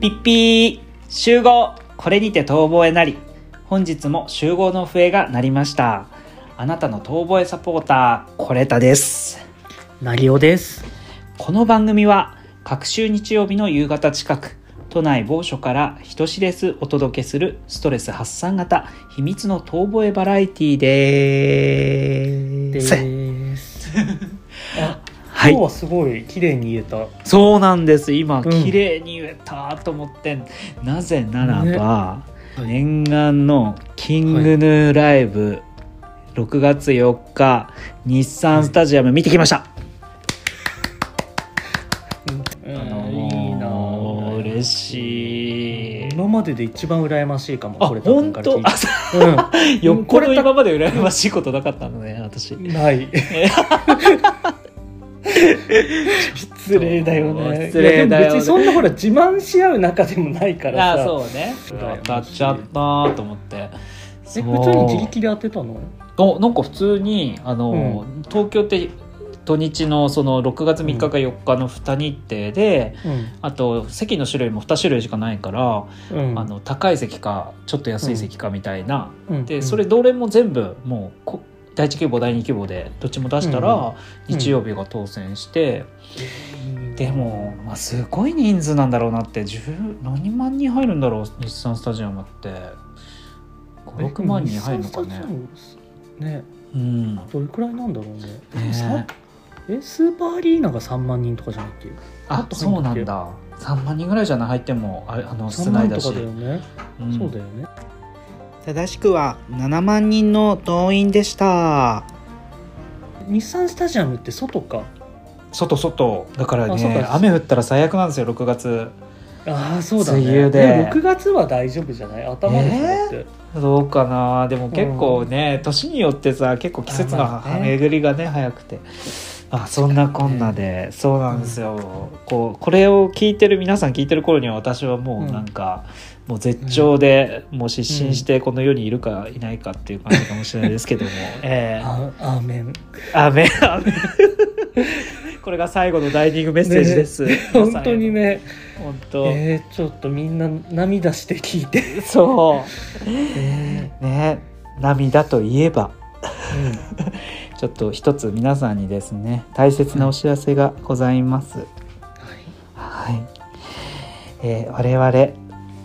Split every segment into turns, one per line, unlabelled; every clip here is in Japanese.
ピッピー集合これにて遠吠えなり本日も集合の笛が鳴りましたあなたの遠吠えサポーターコレタです
なぎおです。
この番組は各週日曜日の夕方近く都内某所から人知れずお届けするストレス発散型秘密の遠吠えバラエティーで
ですす。あ、
はい
今日はすごい綺麗に言えた。
そうなんです今
うん
綺麗に言えたと思って、なぜならば、念願のキングヌーライブ、6月4日日産スタジアム見てきました、
うん
あの
いいな
ー
ぁ。
嬉しい
今までで一番羨ましいかも。
あ
これ多分
本当
から聞い
あ
て
よっぽ
こ
ど
れ
今まで羨ましいことなかったのね私
うん。ない。
失礼だよね
失礼
いやでも別
だよ、ね。別
に
に
そ
そんなほら自慢し合う仲でもないから
あ
さ。
そうね
羨ましい
当たっちゃったーと思って
え、
そう
普通に自力で当てたの？
おなんか普通にあの、東京って土日のその6月3日か4日の2日程で、
う
あと席の種類も2種類しかないから、
ん。うん。
あの高い席かちょっと安い席かみたいな、
うん
でそれ。どれも全部もうこ第1希望第2希望でどっちも出したら
うん
日曜日が当選して、
うん
で。も、まあ、すごい人数なんだろうなって10何万人入るんだろう日産スタジアムって56万人入るのかね。
ね、
うん
どれくらいなんだろうね。
ね
えスーパーアリーナが3万人とかじゃなくて
あ
と
そうな
入
ん
って
だ3万人ぐらいじゃない入ってもああの室内
3万
だ
と
し
かだよね、
うん
そうだよね
正しくは7万人の動員でした
日産スタジアムって外か
外外だから
あそう
ね
か
雨降ったら最悪なんですよ6月
ああそうだね
梅雨で
も6月は大丈夫じゃない頭でしょだって、
どうかなでも結構ね、年によってさ結構季節の
あまあね
巡りがね早くてあそんなこんなで、そうなんですよ、こうこれを聞いてる皆さん聞いてる頃には私はもうなんか、もう絶頂で、もう失神してこの世にいるかいないかっていう感じかもしれないですけども、ええ
あアーメン
雨雨 これが最後のダイニングメッセージです、皆
本
さんへの
当にね
本当、
えー、ちょっとみんな涙して聞いて、
そ
え
うね涙といえば
ー
ちょっと一つ皆さんにですね大切なお知らせがございます、はい、えー我々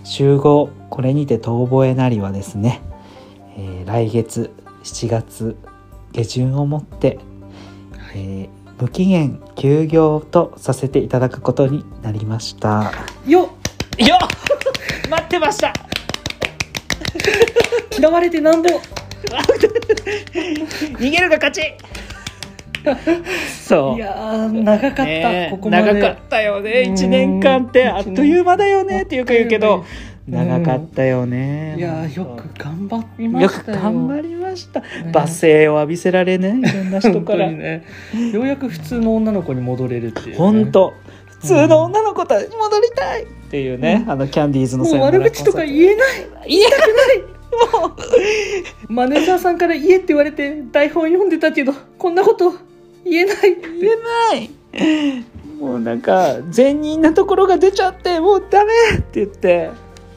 集合これにて遠吠えなりはですね、えー来月7月下旬をもって、えー無期限休業とさせていただくことになりました
うん、よっ
よっ 待ってました
嫌われてなんぼ
逃げるが勝ち そう
いやー長かった、
ねえ
ここまで
長かったよね
うん
1年間ってあっという間だよねっていうか言うけど
一年
長かったよね
いやーよ
本
く頑張り
当
ま
よ
し
く
たよ
頑張りました
ね
罵声を浴びせられねいろんな人
本
か
当
ら
にねようやく普通の女の子に戻れるっていう、ね、
本当普通の女の子たちに戻りたいっていうね
う
あのキャンディーズの
もう
さよなら
悪口とか言えない
言え
マネージャーさんから言えって言われて台本読んでたけどこんなこと言えないって
言えないもうなんか善人なところが出ちゃってもうダメって言って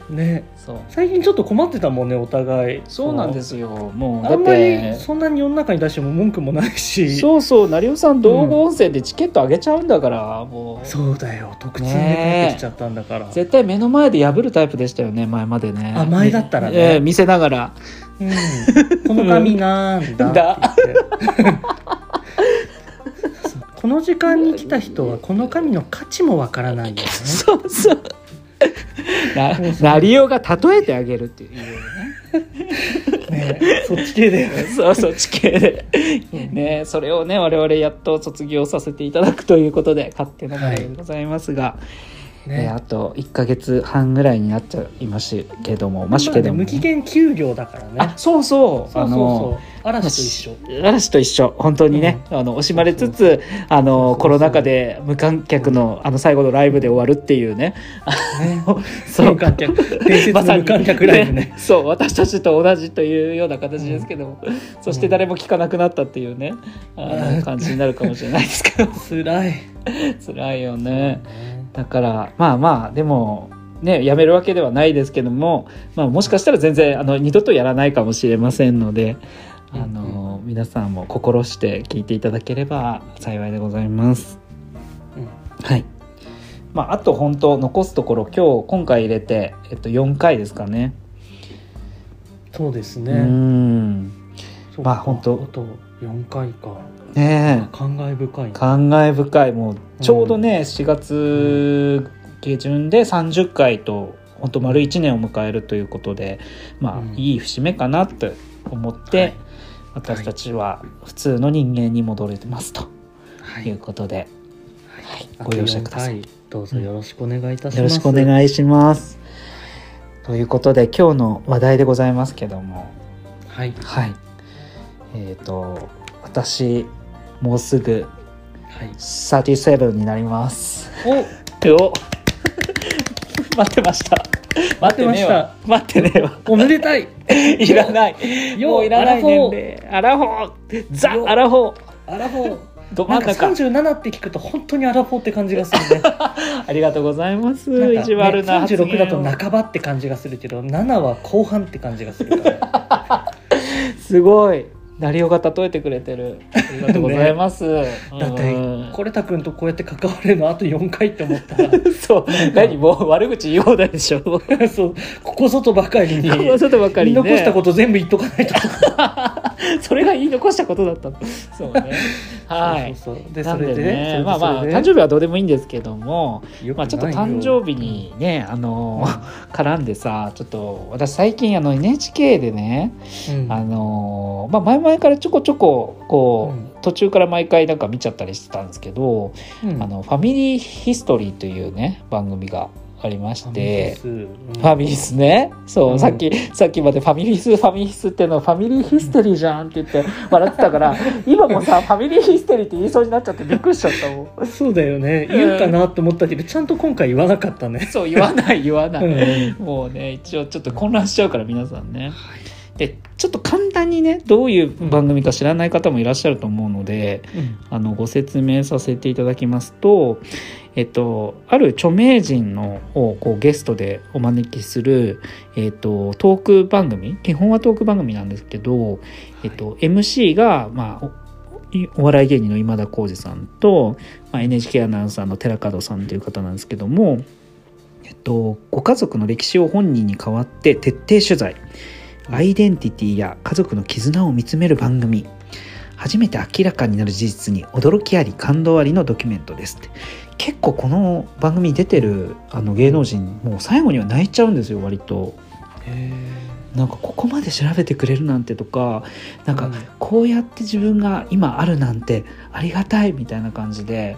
ね
そう
最近ちょっと困ってたもんねお互い
そうなんですよもうだ
あ
っ
んまり
て
そんなに世の中に出しても文句もないし
そうそう成尾さん道後温泉でチケットあげちゃうんだから、もう
そうだよ特注で帰ってきちゃったんだから、
絶対目の前で破るタイプでしたよね前までね
あ前だったらね
ええ見せながら
うん、この髪なんだって言って そうこの時間に来た人はこの髪の価値もわからないよね
そうそうな成尾が例えてあげるっていう
ねそっち系だよね
ねそうそう地形でねそれをね我々やっと卒業させていただくということで勝手ながらでございますが、えーあと1か月半ぐらいになっちゃいましたけどもましけども、
無期限休業だからね
あそうそう
そうそう
あの
そう嵐と一緒
嵐と一緒本当にね、あの惜しまれつつあ
そうそう
の
そう
コロナ禍で無観客のあの最後のライブで終わるっていうね
ね
そう
無観客伝説の無観客ライブね、
そう私たちと同じというような形ですけども、そして誰も聞かなくなったっていうね、あ
う
の
ん
感じになるかもしれないで すけど
辛い
辛いよねだからまあまあでもね、やめるわけではないですけども、まあ、もしかしたら全然あの二度とやらないかもしれませんのであの、皆さんも心して聞いていただければ幸いでございます。
うん
はいまあ、あと本当残すところ今日今回入れて、えっと、4回ですかね。
そうです
う
ね
ん
そう
まあ
か
本当
あと4回か
ねえ
感慨深いな
感慨深いもうちょうどね、4月下旬で30回と本当丸1年を迎えるということでまあ、
うん
いい節目かなと思って、
はい
私たちは普通の人間に戻れてますと
はい
いうことで、
あと
ご容赦ください
四回どうぞよろしくお願いいたします
よろしくお願いします。ということで今日の話題でございますけども
はい
はいえっ、と私もうすぐ
はい
37になります。
お
お待ってました待ってねえわ待ってねえわ
おめでたい
いらない
よ
もういらない年齢アラフォーザアラフォー
アラフォー
ど
な
真
ん
ん
か
中
37って聞くと本当にアラフォーって感じがするねなんか
ありがとうございます、
ね
意地悪な発言
36だと
を
半ばって感じがするけど7は後半って感じがするから
すごい成リオが例えてくれてるありがとうございます、
だって
うん
これたくんとこうやって関われるのあと4回って思ったら
そう何もう悪口言い放題でしょもう
そうここ外ばかりに
このことばっか
言
り
い
ね
残したこと全部言っとかないと
それが言い残したことだったの そうねはい
そうそうそうで
な
そ
んで
れでね
ねまあまあ誕
日
生日はどうでもいいんですけども、まあ、ちょっと誕生
日
日にねあの ー絡んでさちょっと私最近あの NHK でねあのーまあ前々からちょこちょここう、途中から毎回なんか見ちゃったりしてたんですけど「あのファミリーヒストリー」というね番組がありまして。ファミリスねそう、
うん
さっきさっきまで「ファミリスファミリス」ってのファミリーヒストリーじゃんって言って笑ってた から今もさ「ファミリーヒストリー」って言いそうになっちゃってびっくりしちゃったもん
そうだよね言うかなって思ったけどちゃんと今回言わなかったね
そう言わない言わない、
うん
もうね一応ちょっと混乱しちゃうから皆さんねでちょっと簡単にねどういう番組か知らない方もいらっしゃると思うのであのご説明させていただきますと、えっと、ある著名人のをこうゲストでお招きする、えっと、トーク番組基本はトーク番組なんですけど、えっと MC が、まあ、おお笑い芸人の今田耕司さんと、まあ、NHK アナウンサーの寺門さんという方なんですけども、えっと、ご家族の歴史を本人に代わって徹底取材アイデンティティや家族の絆を見つめる番組初めて明らかになる事実に驚きあり感動ありのドキュメントですって結構この番組に出てるあの芸能人もう最後には泣いちゃうんですよ割となんかここまで調べてくれるなんてとかなんかこうやって自分が今あるなんてありがたいみたいな感じで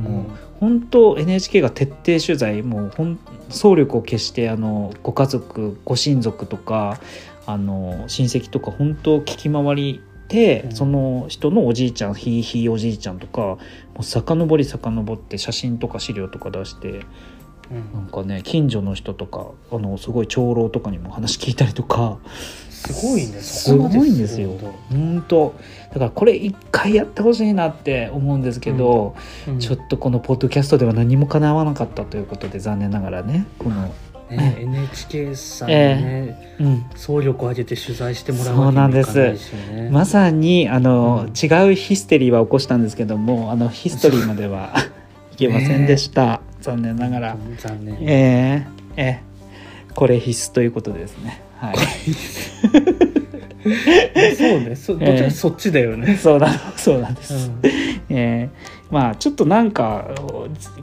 もう本当 NHK が徹底取材もうほん総力を決してあのご家族ご親族とかあの親戚とか本当聞き回りて、
うん
その人のおじいちゃんひいひいおじいちゃんとかもう遡り遡って写真とか資料とか出してなんかね近所の人とかあのすごい長老とかにも話聞いたりとか。
すごいね
すごいんですよ本当だからこれ一回やってほしいなって思うんですけど、ちょっとこのポッドキャストでは何も叶わなかったということで残念ながらねこの、
と NHK さんにね
うん、
総力を挙げて取材してもらうわけにもいかないしね
まさにあの、
うん
違うヒステリーは起こしたんですけどもあのヒストリーまで はいけませんでした、残念ながら、
残念
えー、えーこれ必須ということですねはい
そうね そどっちかそっちだよね
そうなのそうなんです、えーまあちょっとなんか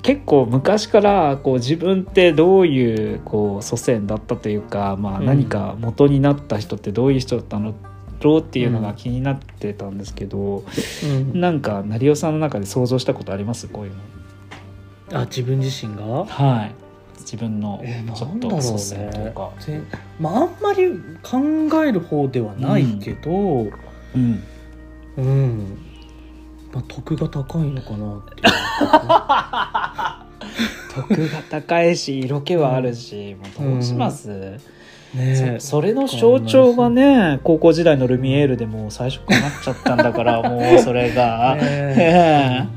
結構昔からこう自分ってどういうこう祖先だったというか、まあ、
うん
何か元になった人ってどういう人だったのだろうっていうの
う
が
ん
気になってたんですけど、
うん
なんか成尾さんの中で想像したことありますこういうの。
あ自分自身が
はい自分の
えー
ちょ
な
っ
んだろ
と祖
う
先という
ね
か。
ぜまああんまり考える方ではないけど、うん
うん、
まあ、得が高いのかな
徳が高いし色気はあるし、もうどうします、
っていうねえ
そそれの象徴がね高校時代のルミエールでもう最初からなっちゃったんだからもうそれが、
ねえ
え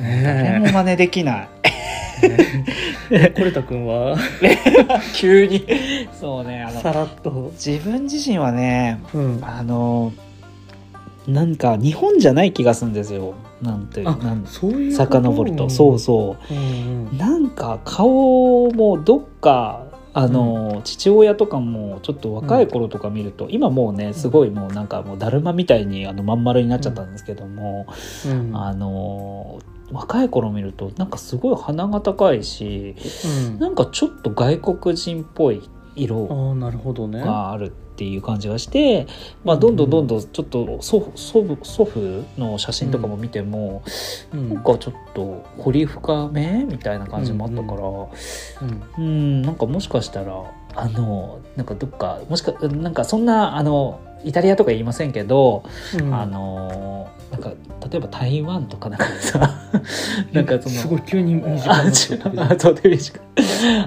え
ね
誰も真似できない
コレタ君は
急にそうねあ
さ
の
らっと、
自分自身はね
うん、
あのなんか日本じゃない気がするんですよなんて
あ
なん
そういうこと
遡るとそうそう
うんうん
なんか顔もどっかあの、父親とかもちょっと若い頃とか見ると、今もうねすごいもうなんかもうだるまみたいにあのまん丸になっちゃったんですけども、
うん
あの若い頃見るとなんかすごい鼻が高いし
うん
なんかちょっと外国人っぽい
あ
色
あなるほどね
があるっていう感じがして、まあ、どんどんどんどんちょっと祖祖父祖父の写真とかも見ても、
うん
なんかちょっと掘り深めみたいな感じもあったから、
うん
うんなんかもしかしたらあのなんかどっかもしかなんかそんなあのイタリアとか言いませんけど、
うん
あのなんか例えば台湾とかなんかさ なんかその
すごい急に短くな
ア
っち
ジ
ゃったけど
アそうテレビしか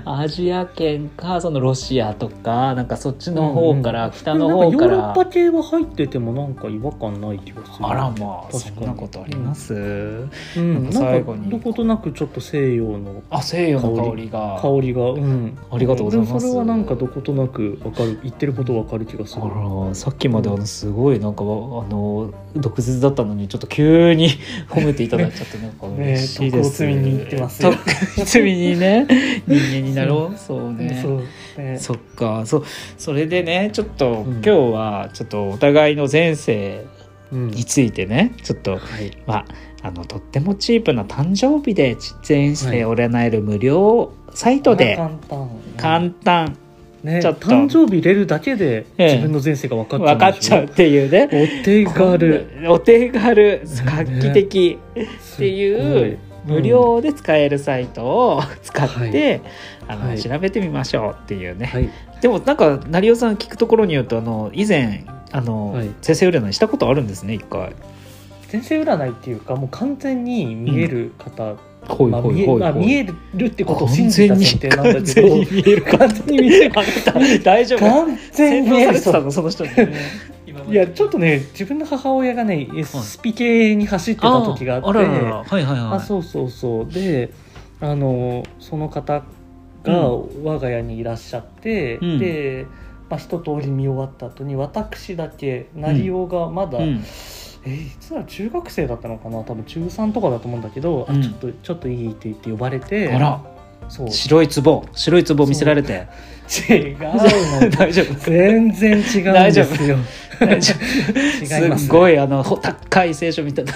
アジア圏かそのロシアとかなんかそっちの方から、北の方か
で
ら
もなんかヨーロッパ系は入っててもなんか違和感ない気がする
あらまあ
確か
そ
に
んなことあります、
うん、
なん
な
か
ん
最
か
後に
どことなくちょっと西洋の
あ西洋の香
香
りが
香りが、うん、
ありがとうございます
でもそれはなんかどことなくわかる言ってることわかる気がす
あ
る
らさっきまであのすごいなんか、あの毒舌だったのにちょっと急に 褒めていただいちゃってなんか嬉しいです、
ね え徳を積みに行ってますよ
徳を積みにね人間になろうそうね
そうね
そっかそうそれでねちょっと、今
ん
日はちょっとお互いの前世
うん
についてねちょっと
はい
まああのとってもチープな誕生日で前世を占える無料サイトで
簡単
簡単
ね
ちょっと
誕生日入れるだけで
ええ
自分の前世が分かっちゃう
分かっちゃうっていうね
お手軽
お手軽画期的っていう無料で使えるサイトを 使って、あの
はい
調べてみましょうっていうね、
はい
でもなんか成尾さん聞くところによるとあの以前あの、
はい
先生占いしたことあるんですね一回。
前世占いっていうかもう完全に見える方、
ほ
まあ、見えまあ見えるってことを信じた
完全に
前提なんだ
完
け
全に
ど
見える
完全に見える
あなた大丈夫
完全
洗
に見
脳され
える
て
人
たのその人にね
いやちょっとね自分の母親がね SP 系に走ってた時があって
らららはいはい
あ
はい
そうそうそうであのその方が我が家にいらっしゃって、
うん
で、まあ、一通り見終わった後に私だけ成尾がまだ、
うん
えいつだ中学生だったのかな多分中3とかだと思うんだけど、
うん
あちょっとちょっといいって言って呼ばれて
あら
そう違
白い壺白い壺見せられて
うの
大丈夫
全然違うんですよ
大丈夫大丈夫
違います
すっごいあのほ高い聖書みたいな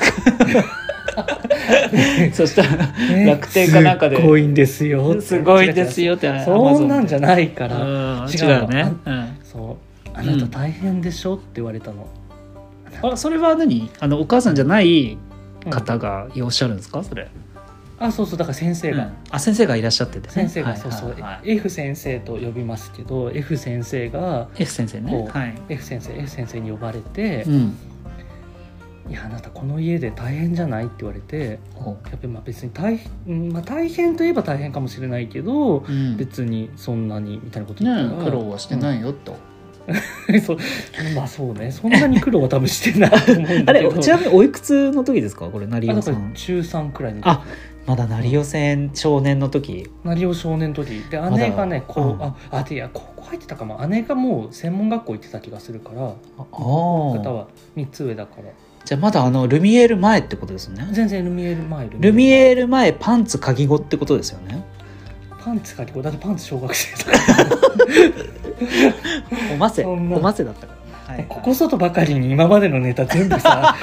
そしたら
ね
楽天かなんかです
っごいんですよ
すごいですよって
そんなんじ
ゃ
ゃないから、
うん違
違
う
う
よね、うん
そうあなた大変でしょって言われたの、
あそれは何あのお母さんじゃない
うん
方がいらっしゃるんですかそれ、
あそうそうだから先生が、
うんあ先生がいらっしゃっててね、
先生が、
はい
そうそう、
はいはい
F 先生と呼びますけど F 先生が
F 先生ね
こう
はい
F 先生 F 先生に呼ばれて
う、ん
いやあなたこの家で大変じゃないって言われて
ほ
やっぱりまあ別に大,、うんまあ、大変といえば大変かもしれないけど
ううん
別にそんなにみたいなこと
ね
言ったら
苦労はしてないよと、
うん そうまあそうねそんなに苦労は多分してないと思うん
あ
だけど
れちなみにおいくつの時ですかこれ成
あ
尾
だ
さ
から
ん
中3くらいの時
あまだ成尾戦少年の時
成尾少年の時で
だ
姉がねこ
うん
うああでいや高校入ってたかも姉がもう専門学校行ってた気がするから
ああ
方
ー
は3つ上だから
じゃあまだあのルミエール前ってことですね
全然ルミエール前
ルミエー
ル
ル前パンツ鍵語ってことですよね
パンツかけこだってパンツ小学生だか
おませ
そ
お
んな
ませだったから、はい
らここぞとばかりに今までのネタ全部さ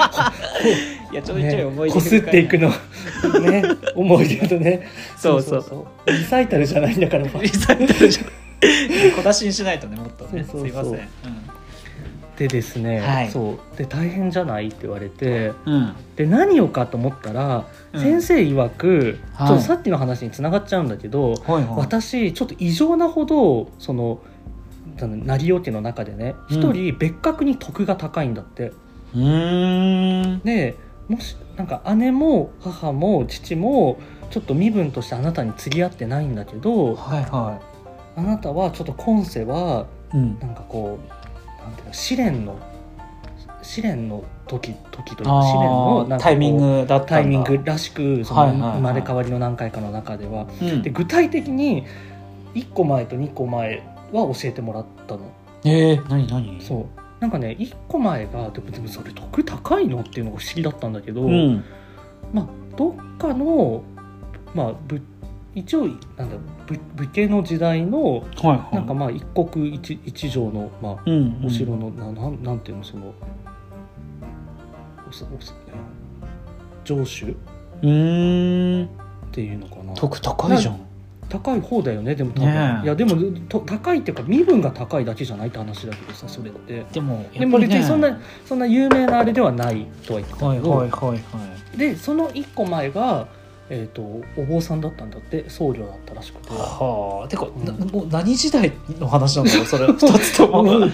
いや ちょいちょい
ね
思い出
こすっていくのね思い出とね
そうそうそう
うリサイタルじゃないんだから
リサイタルじゃない 小出しにしないとねもっとね
そ
す
うそうそう
いません
でですね、
はい
そうで大変じゃないって言われて
うん、うん
で何をかと思ったら、
うん
先生曰く、
はい
ちょっとさっきの話につながっちゃうんだけど、
はいはい
私ちょっと異常なほどそのあの成尾家の中でね
うん
一人別格に徳が高いんだって、
うーん
でもしなんか姉も母も父もちょっと身分としてあなたに釣り合ってないんだけど
はいは
あなたはちょっと今世はい
うん
なんかこうなんていうの試練の試練の時時というか試練
あ
の
あ
なんかこう
タイミングだった
タイ
んだ
ミングらしくそ
は
の
いはいはい
生まれ変わりの何回かの中では、
うん
で具体的に1個前と2個前は教えてもらったの
ええ何何
そうなんかね1個前がでもでもそれ得高いのっていうのが不思議だったんだけど、
うん
まあどっかのまあぶ一応なんだぶ武家の時代の
はいはい
なんかまあ一国一一城のまあ
うんうん
お城の、ななんなんていうのそのおさおさ城主っ
うーん
ていうのかな
得高いじゃん
高い方だよねでも多分、
ねえ
いやでもと高いっていうか身分が高いだけじゃないって話だけどさそれって
でも
でも別にそん
は
なそんな有名なあれではないとは言ってた
い
けど、
はいはいはい
でその一個前が、えー、とお坊さんだったんだって僧侶だったらしくて。
はあてか、
ん
なもう何時代の話なんだろうそ れ二つとも、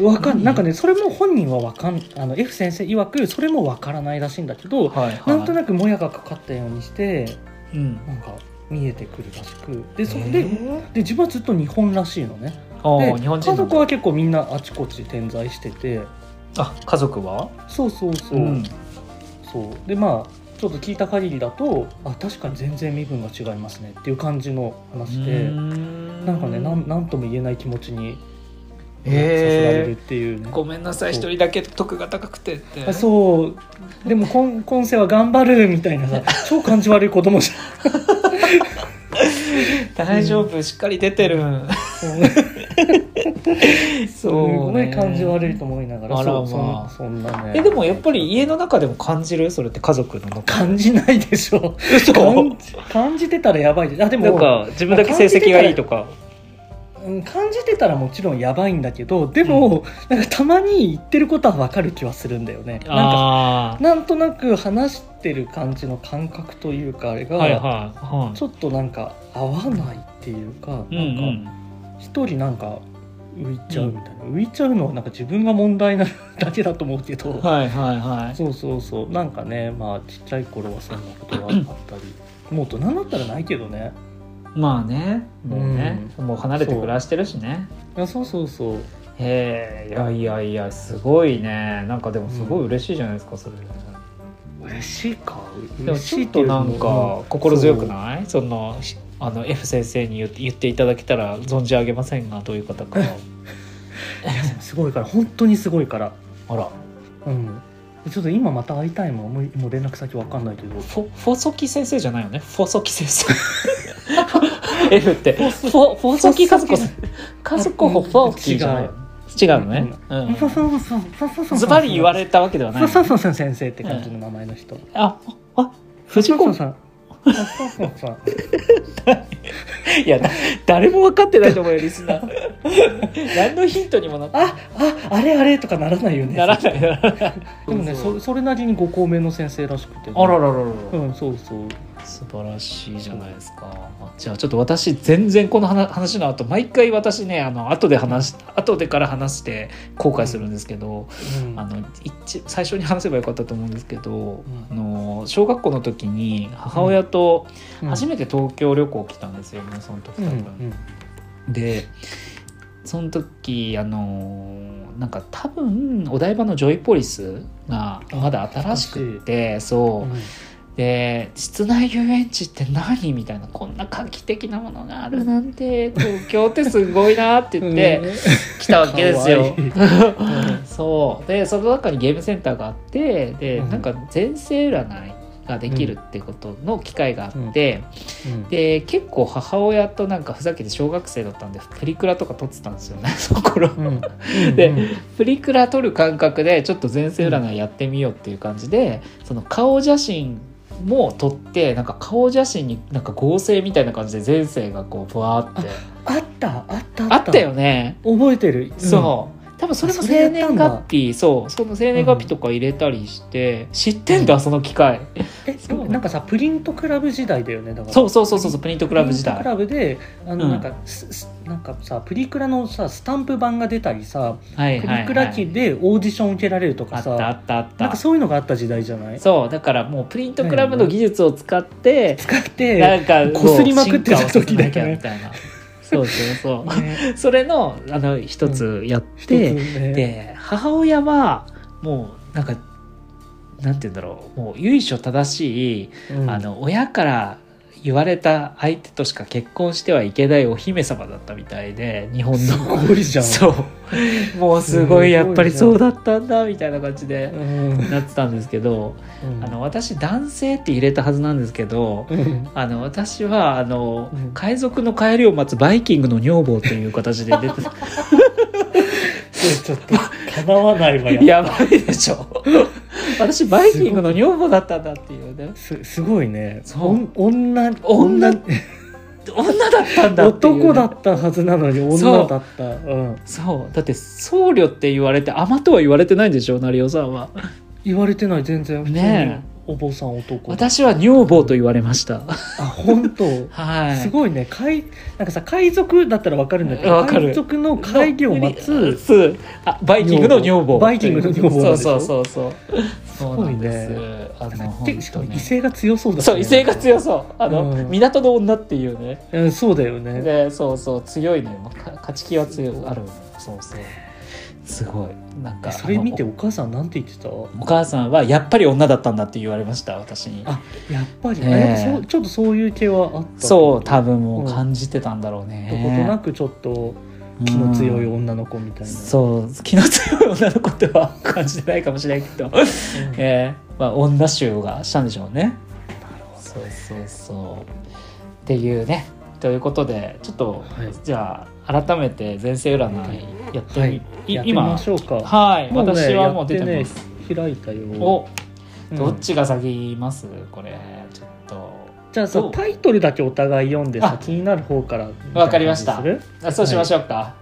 わかん
何
なんかねそれも本人はわかんあの F 先生曰くそれもわからないらしいんだけど、
はいはい
なんとなくもやがかかったようにして
うん
なんか見えてくるらしくでそ
え
れで,、
ー
で自分はずっと日本らしいのね
あー
で
日本人
家
なん
族
だ
は結構みんなあちこち点在してて
あ家族は
そうそうそう、そうでまあちょっと聞いた限りだとあ確かに全然身分が違いますねっていう感じの話で
な
なんかねなんなんとも言えない気持ちにさせられる
え
っていうね、
ー、ごめんなさい一
そう
人だけ得が高くてって
あそうでも今今世は頑張るみたい なさ超感じ悪い子供じ
大丈夫、しっかり出てる
ゃんすごい
ね
感じ悪いと思いながら
あら
そう
まあ
そんそんなね
えでもやっぱり家の中でも感じるそれって家族の中
感じないでしょ
嘘
感じ感じてたらやばいであでも
自
分だけ成績がいい
とか
うん感じてたらもちろんやばいんだけどでも、なんかたまに言ってることは分かる気はするんだよねなんか
あ
なんとなく話してる感じの感覚というかあれが、
あはいはいはい
ちょっとなんか合わないっていうか、
うんう
なんか
ん
一人なんか浮いちゃうみたいな、浮いちゃうのはなんか自分が問題なだけだと思うけど、
はいはいはい
そうそうそうなんかねまあちっちゃい頃はそんなことがあったりもう大人になったらないけどね
まあねもうね、もう離れて暮らしてるしね
いやそうそうそう
へえいやいやいやすごいねなんかでもすごい嬉しいじゃないですか、それで
嬉しいか
も
嬉
ち
しい
ょっ
ってい
と
う
なんか心強く
い
ないそのあの F 先生に言って言っていただけたら存じ上げませんがどういう方 か
すごいから本当にすごいから
あら
うんちょっと今また会いたいもんもうもう連絡先わかんないけど
フォフォソキ先生じゃないよねフォソキ先 生 F ってフォフォソキ和子さん和子フォソキじゃないよ違うのね、うん
そうそうそうそうそうそう
ズバリ言われたわけではない
そう
の
そうそうそう先生って感じの名前の人
ああ藤
そう
子
そうそうそうそう
いやだ誰も分かってないと思うよリスナー 何のヒントにもなって
あああれあれとかならない よね
ならないならない
でもねそそれなりにご高名の先生らしくてね、
あらららら
う
ら
んそうそう
素晴らしいじゃないですかじゃあちょっと私全然この話話の後毎回私ねあの後で話し後でから話して後悔するんですけど、
うん
あの一最初に話せばよかったと思うんですけど、
うん
あの小学校の時に母親と
うん
初めて東京旅行来たんですよ、その時多
うん
分。でその時あのなんか多分お台場のジョイポリスがまだ新しくって
う
そ
ん
うで室内遊園地って何みたいなこんな画期的なものがあるなんて東京ってすごいなって言って来たわけですよ。
うん
そうでその中にゲームセンターがあってで、
うん
なんか前世占いができるってことの機会があって、
うん
で結構母親となんかふざけて小学生だったんでプリクラとか撮ってたんですよね その頃
うん
で
うん
プリクラ撮る感覚でちょっと前世占いやってみようっていう感じでその顔写真も撮ってなんか顔写真になんか合成みたいな感じで前世がこうブワーって
あったあった
あったよね
覚えてる
そう、多分それも
あそれや
生
った
年
んだ
月日そうその生年月日とか入れたりして、知ってんだその機械、
うんえ
そう
なんかさプリントクラブ時代だよねだから
そうそうそうそうそうプリントクラブ時
プリントク
代
ラブであ
う
の
ん
なんか、すすなんかさプリクラのさスタンプ版が出たりさ
はい
プ
はい、
リクラ機でオーディション受けられると
あ
か
っ
さ、
たあったあっ
なん
た
かそういうのがあった時代じゃない
そうだからもうプリントクラブの技術を使って、
使って
なんか
こすりまくってた時だ
もう進化を進めな
よね
きゃみたいなそうそうそ
ね
うそれのあの一つやっ
一つ
て、
ね
で母親はもうなんかなんて言うんだろうもう由緒正しい、
うん
あの親から言われた相手としか結婚してはいけないお姫様だったみたいで日本
す
の
ごいじゃん
そうもうすごいやっぱりそうだったんだみたいな感じで
うん
なってたんですけど、
うん
あの私男性って入れたはずなんですけど、
うん
あの私はあの、
うん
海賊の帰りを待つバイキングの女房という形で出て た
それちょっと叶わないわや
やばいでしょ 私バイキングの女房だったんだっていうね
すすごいね
そう
おん女
女女だったんだっていうね、
男だったはずなのに
そう
女だったうん
そうだって僧侶って言われて尼とは言われてないんでしょ成尾さんは
言われてない全然普通に
ね
お坊さん男
私は女房と言われました
あ本当
はい
すごいね海なんかさ海賊だったらわかるんだけ
わ
ど
かる
海賊の会議を待つ
つあバイキングの女房
バイキングの女房
そう
でし
そ
ょ
うそうそうそうなんです
すごい
あの
で
本
しか
当
も
ね
威勢が強そうだね
そう威勢が強そうあの、
うん
港の女っていうね
うんそうだよね
でそうそう強いのよか勝ち気は強いあるそうそうすごいなんか
それ見て
あの
お母さんなんて言ってた
お母さんはやっぱり女だったんだって言われました私に
あやっぱり
ねえ
ねそうちょっとそういう系はあった
そう
た
多分もう感じてたんだろうね、
ことなくちょっと気の強い女の子みたいな
そう気の強い女の子っては感じてないかもしれないけど、
うん
えーまあ、女衆がしたんでしょうね。そうそうそうっていうねということでちょっと、
はい
じゃあ改めて前世占いやってみ、
はいい、やってみ
今
ましょうか
はい、
もうね
私はもう出て
や
ま
っ
す。
てね開いたよ
お、
うん
どっちが先言いますこれちょっと
じゃあさ
どう
タイトルだけお互い読んで
あ
さ気になる方から
わかりました
みいな感じにする
あそうしましょうか。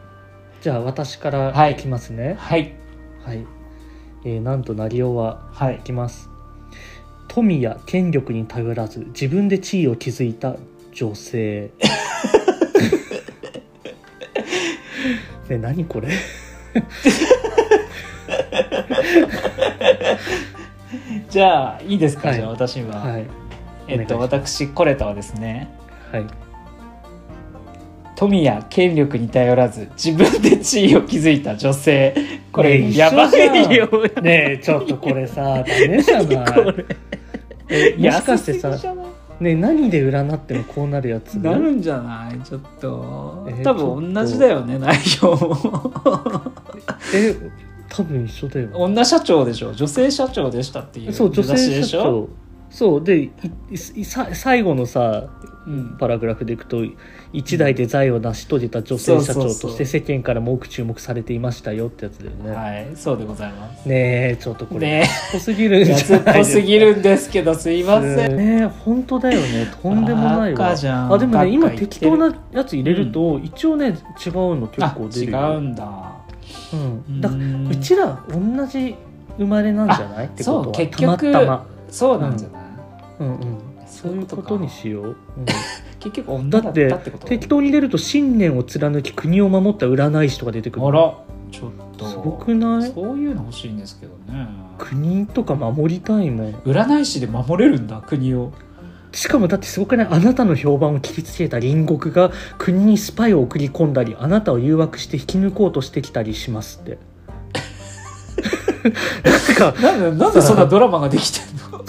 じゃあ私から
はい
いきますね
はい
はい、えーなんと成尾は
はい
い。きます富や権力に頼らず自分で地位を築いた女 性ね何これ
じゃあいいですか、
はい
じゃあ私は、
はい
えっと
お願い
私コレタはですね。
はい
富や権力に頼らず自分で地位を築いた女性これ、
ねえ
やばいよ
一ねえちょっとこれさダメじゃな
こ
い
れ
えもしかしてさ
安すぎじゃない
ねえ何で占ってもこうなるやつ
なるんじゃないちょっと、
えー
多分同じだよね内容も
え多分一緒だよ
女社長でしょ女性社長でしたっていう
そう女
出だし
性
で
社
しょ、
長そうでいいさ最後のさ
うん、
パラグラフでいくと一代で財を成し遂げた女性社長
そうそ
と
う
し
そう
て世間からも多く注目されていましたよってやつだよね、
はいそうでございます
ねえちょっとこれ
ね
濃すぎ るんじゃ
安っ
ない
ぽ
です
す
か
ぎるんですけどすいません、
ねえ本当だよねとんでもない
バカ
わ
じゃん
あでも
バカ
ね
言
今
ってる
適当なやつ入れると、一応ね違うの結
あ
構出
違
るよ
うんだ
うん、だから
ーん
うちら同じ生まれなんじゃないってことは
そう結局
たま
そうなんじゃない、
たま、うんうん、そういうことにしよう、うん
結局女
だ
だっ
っ
て
て
たってこと
適当に入れると信念を貫き国を守った占い師とか出てくる
あらちょっと
すごくない
そういうの欲しいんですけどね
国とか守りたいもん
占い師で守れるんだ国 を
しかもだってすごくないあなたの評判を聞きつけた隣国が国にスパイを送り込んだりあなたを誘惑して引き抜こうとしてきたりしますって なんか
なんでなんでそんなドラマができてんの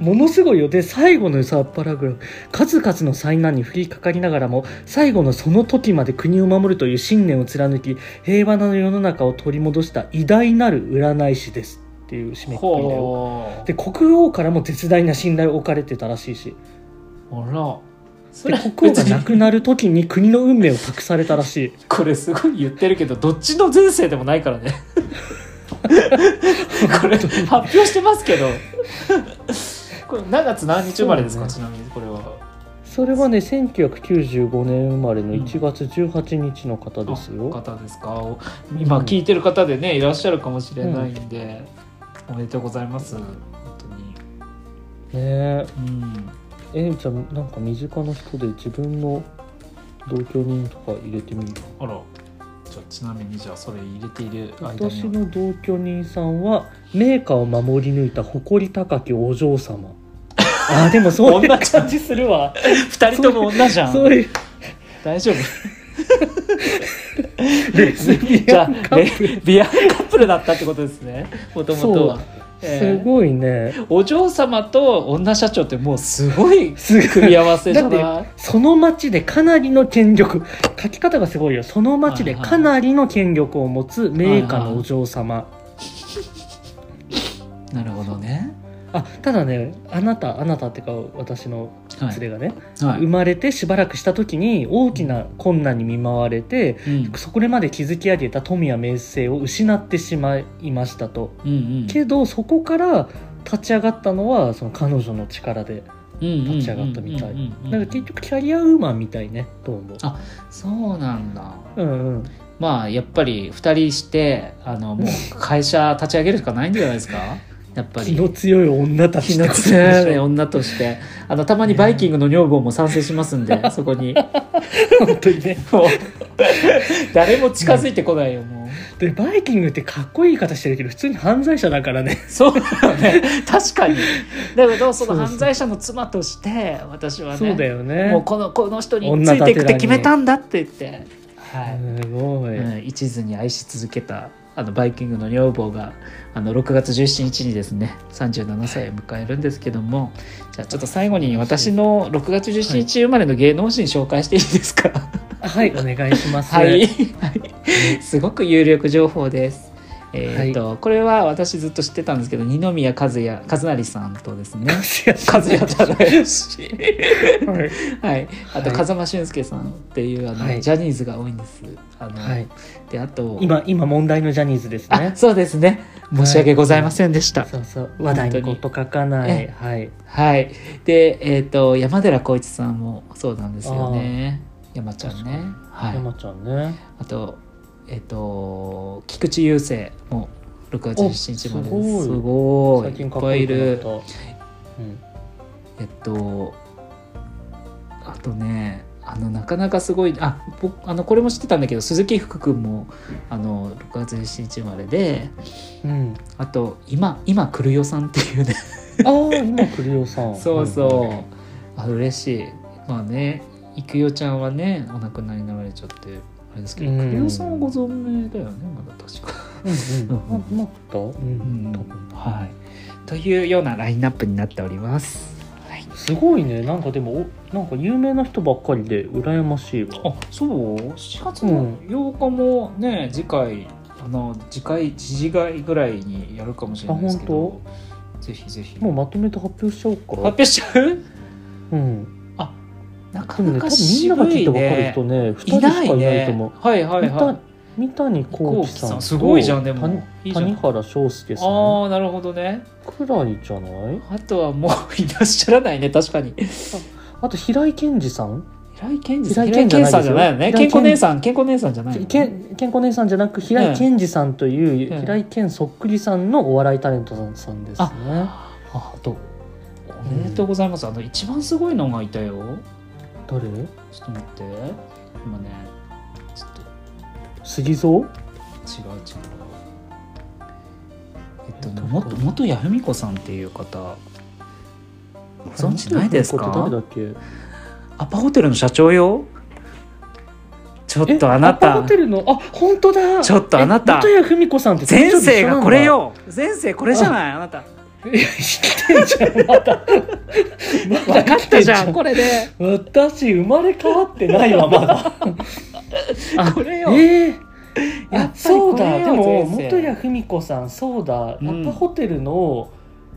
ものすごいよで最後のさパラグラフ数々の災難に降りかかりながらも最後のその時まで国を守るという信念を貫き平和な世の中を取り戻した偉大なる占い師ですっていう 締めくくりだよ
ほう
で国王からも絶大な信頼を置かれてたらしいし
あらそ
で
れ
国王が亡くなる時に国の運命を託されたらしい
これすごい言ってるけどどっちの前世でもないから ねこれ発表してますけどこれ何月何日生まれですか、ち
そ
なみにこれは
それはね1995年生まれの1月18日の方です
お
よ、
方ですかお今聞いてる方でねいらっしゃるかもしれないんで、おめでとうございます本当に
ね
うん
ええじゃあなんか身近な人で自分の同居人とか入れてみる
あらじゃあちなみにじゃあそれ入れている間
私
に
の同居人さんは名家を守り抜いた誇り高きお嬢様あー でもそういう
女じゃん
感じするわ
2人とも女じゃ
そうんいう
大丈夫
レズビ
じゃ
アンカ
あ レビアンカッププルだったってことですねもともとは
そう、
え
す
ー
ごいね
お嬢様と女社長ってもうすごい
すごい
組み合わせじゃ
だ
な
っ
い
その町でかなりの権力書き方がすごいよその町でかなりの権力を持つ名家のお嬢様、
なるほどね
あただねあなたあなたってか私の
は
連れがね、
い、は
生まれてしばらくした時に大きな困難に見舞われて
いうん
そこまで築き上げた富や名声を失ってしまいましたと、
うんうん
けどそこから立ち上がったのはその彼女の力で立ち上がったみたい
うんうんうんうん
なんか結局キャリアウーマンみたいねどうも
あそうなんだ
うんうん
まあやっぱり2人してあのもう会社立ち上げるしかないんじゃないですかやっぱ
気
り
の強い女た
気
ちって
の
ことでしょ
強い女としてあのたまにバイキングの女房も賛成しますん でそこに
本当にね
もう誰も近づいてこないよもう
でバイキングってかっこいい言い方してるけど普通に犯罪者だからね
そうだよね確かにだけどその
そうそう
犯罪者の妻として私は
そうだ
ね
よね
もうこのこの人につ
女
い
だ
て
て
いく
ら
っ
に
て決めたんだって言ってはい、
すごい、
うん、一途に愛し続けたあのバイキングの女房があの6月17日にですね37歳を迎えるんですけどもじゃあちょっと最後に私の6月17日生まれの芸能人紹介していいですか
はいお願いしま す
はい、はい、すごく有力情報です。えっと、これは私ずっと知ってたんですけど二宮和也和成さんとです ね和也じゃないし、
はい
はい、あと
はい
風間俊介さんっていうあの、
はい
ジャニーズが多いんです。あの、
はい
であと
今今問題のジャニーズですね
あそうですね申し訳ございませんでした、はい
そうそう話題にこと書か
本
な
当に
いはい
でえっ、と山寺宏一さんもそうなんですよね山ちゃんねはい
山ちゃんね
あとえっ、と菊池雄星も6月17日までです
お
す
す
ごい
最
い
近
っ
か
ぱ
っこ
い
い
い
い
る
と思った
え
うん
っとあとねあのなかなかすごいあ僕あのこれも知ってたんだけど鈴木福君もあの6月17日生まれで
うん、
あと今今来るよさんっていうね
ああ今栗尾さ ん
そうそう。あ嬉しい。まあね、育代ちゃんはね、お亡くなりになられちゃって。あれですけど、
うん
クリオさんはご存命だよね、まだ確か。
うんうんうん、あもっと、
う
う
ん
ん、多分
はい。というようなラインナップになっております。はい。
すごいねなんかでもおなんか有名な人ばっかりで羨ましいわ
あ、そう。4月
の
の8日もね、次回あの次回次次回ぐらいにやるかもしれないですけど
あ、
ぜひぜひ。
もう
発
まとめて発表しちゃおうか
表しちゃう？
うん
なか
でもね
な
多
か
分みんな
渋
が聞い
い
てわかる
ね
人。ね二
い
人
ない
しかいないと思う
ね。はいはいはい。
三谷幸喜さ
幸喜さ
んと
んすごいじゃんでもいい
谷
じゃん
谷原章介さん
ああなるほどね
くらいじゃない
あとはもういらっしゃらないね確かに
あと平井堅二さん
平井健二さん
平
健
井堅二
さ
さ
ん
ん
じ
じ
ゃ
ゃ
な
ないい
よ
よ
ね
ね
健康姉さん健康姉さんじゃないよね
けん健康姉さんじゃなく平井堅二さんという、
うん
平井堅そっくりさんのお笑いタレントさんですね
ああとおめでとうございますあの一番すごいのがいたよ
誰
ちょっと待って今ねちょっと
杉蔵
違う違うえっとね元元矢文子さんっていう方ご存知ないです
あの
か
人のこと誰だっ
アパホテルの社長よちょ
け
っとあな
えアパ
た
ホテルのあ本当だ
ちょっとあなた
え元谷文子さんって
前世がこれよ前世これじゃないあなた
いや生きてんじゃんまだ
分かったじゃんこれで
私生まれ変わってないわ まだあ
これよ
ええ
やっぱりこれよ
あそうだでも
前世
元谷芙美子さんそうだ、
うん
アパホテルの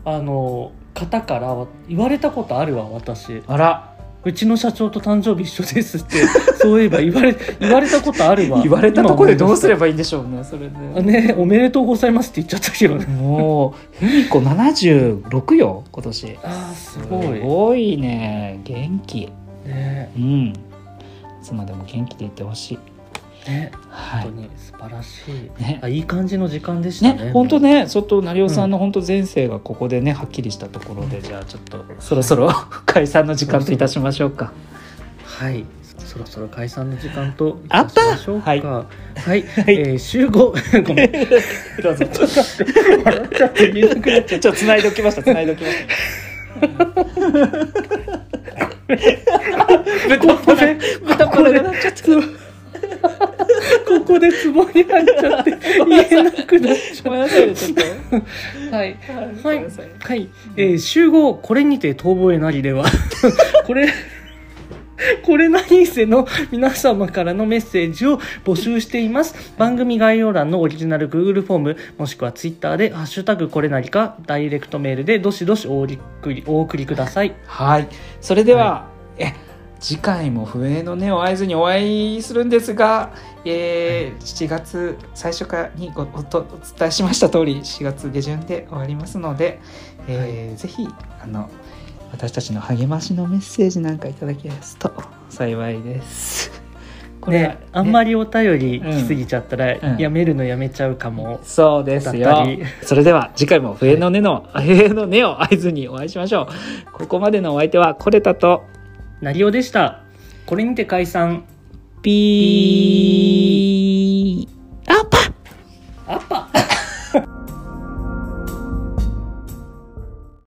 あの方からわ言われたことあるわ私
あら
うちの社長と誕生日一緒ですって そういえば言われ言われたことあるわ
言われたところでどうすれ
ば
ばいいんでしょうねそれで
ねおめでとうございますって言っちゃったけどね
もうふみこ76よ今年
あーす
す
ごい
ごいね元気
ね
うんいつまでも元気でいてほしい
ね
は
本当
い
に素晴らしい、
ね
あいい感じの時間でしたね
ね、本当ね、ちょっと成尾さんの本当前世がここでね、はっきりしたところで、じゃあちょっとそろそろ 解散の時間といたしましょうか。
はい、そろそろ解散の時間とい
あった
しましょうか。
はい
はい、えー集合 ごめん、ちょっ
どうぞ。
と待って笑っちゃって言えなくなっちゃ
ちょっと繋いでおきました、繋いでおきました。豚
ここで
豚これなっちゃった。
う。ここでツボに入っちゃって言えなく大
ご
丈
めんなさいねちょっと
夫は
はい
いは
ご
い
めんなさい
はい、えー集合これにて遠吠えなりではこれこれ何せの皆様からのメッセージを募集しています番組概要欄のオリジナル Google フォームもしくは Twitter で「ハッシュタグこれなり」かダイレクトメールでどしどしお送りお送りください
はいそれでは、え次回も笛の音を合図にお会いするんですが、えー7月最初からにごおとお伝えしました通り4月下旬で終わりますので、えーぜひあの私たちの励ましのメッセージなんかいただけますと幸いです。これは
ねあんま
り
りお便り来すぎちゃったら、
うんうん
やめるのやめちゃうかも、
そうですよ
だったり。
それでは次回も笛の音の、笛の音を合図にお会いしましょう。ここまでのお相手はコレタと
なりおでしたこれにて解散
ピー。あっぱ
アッパ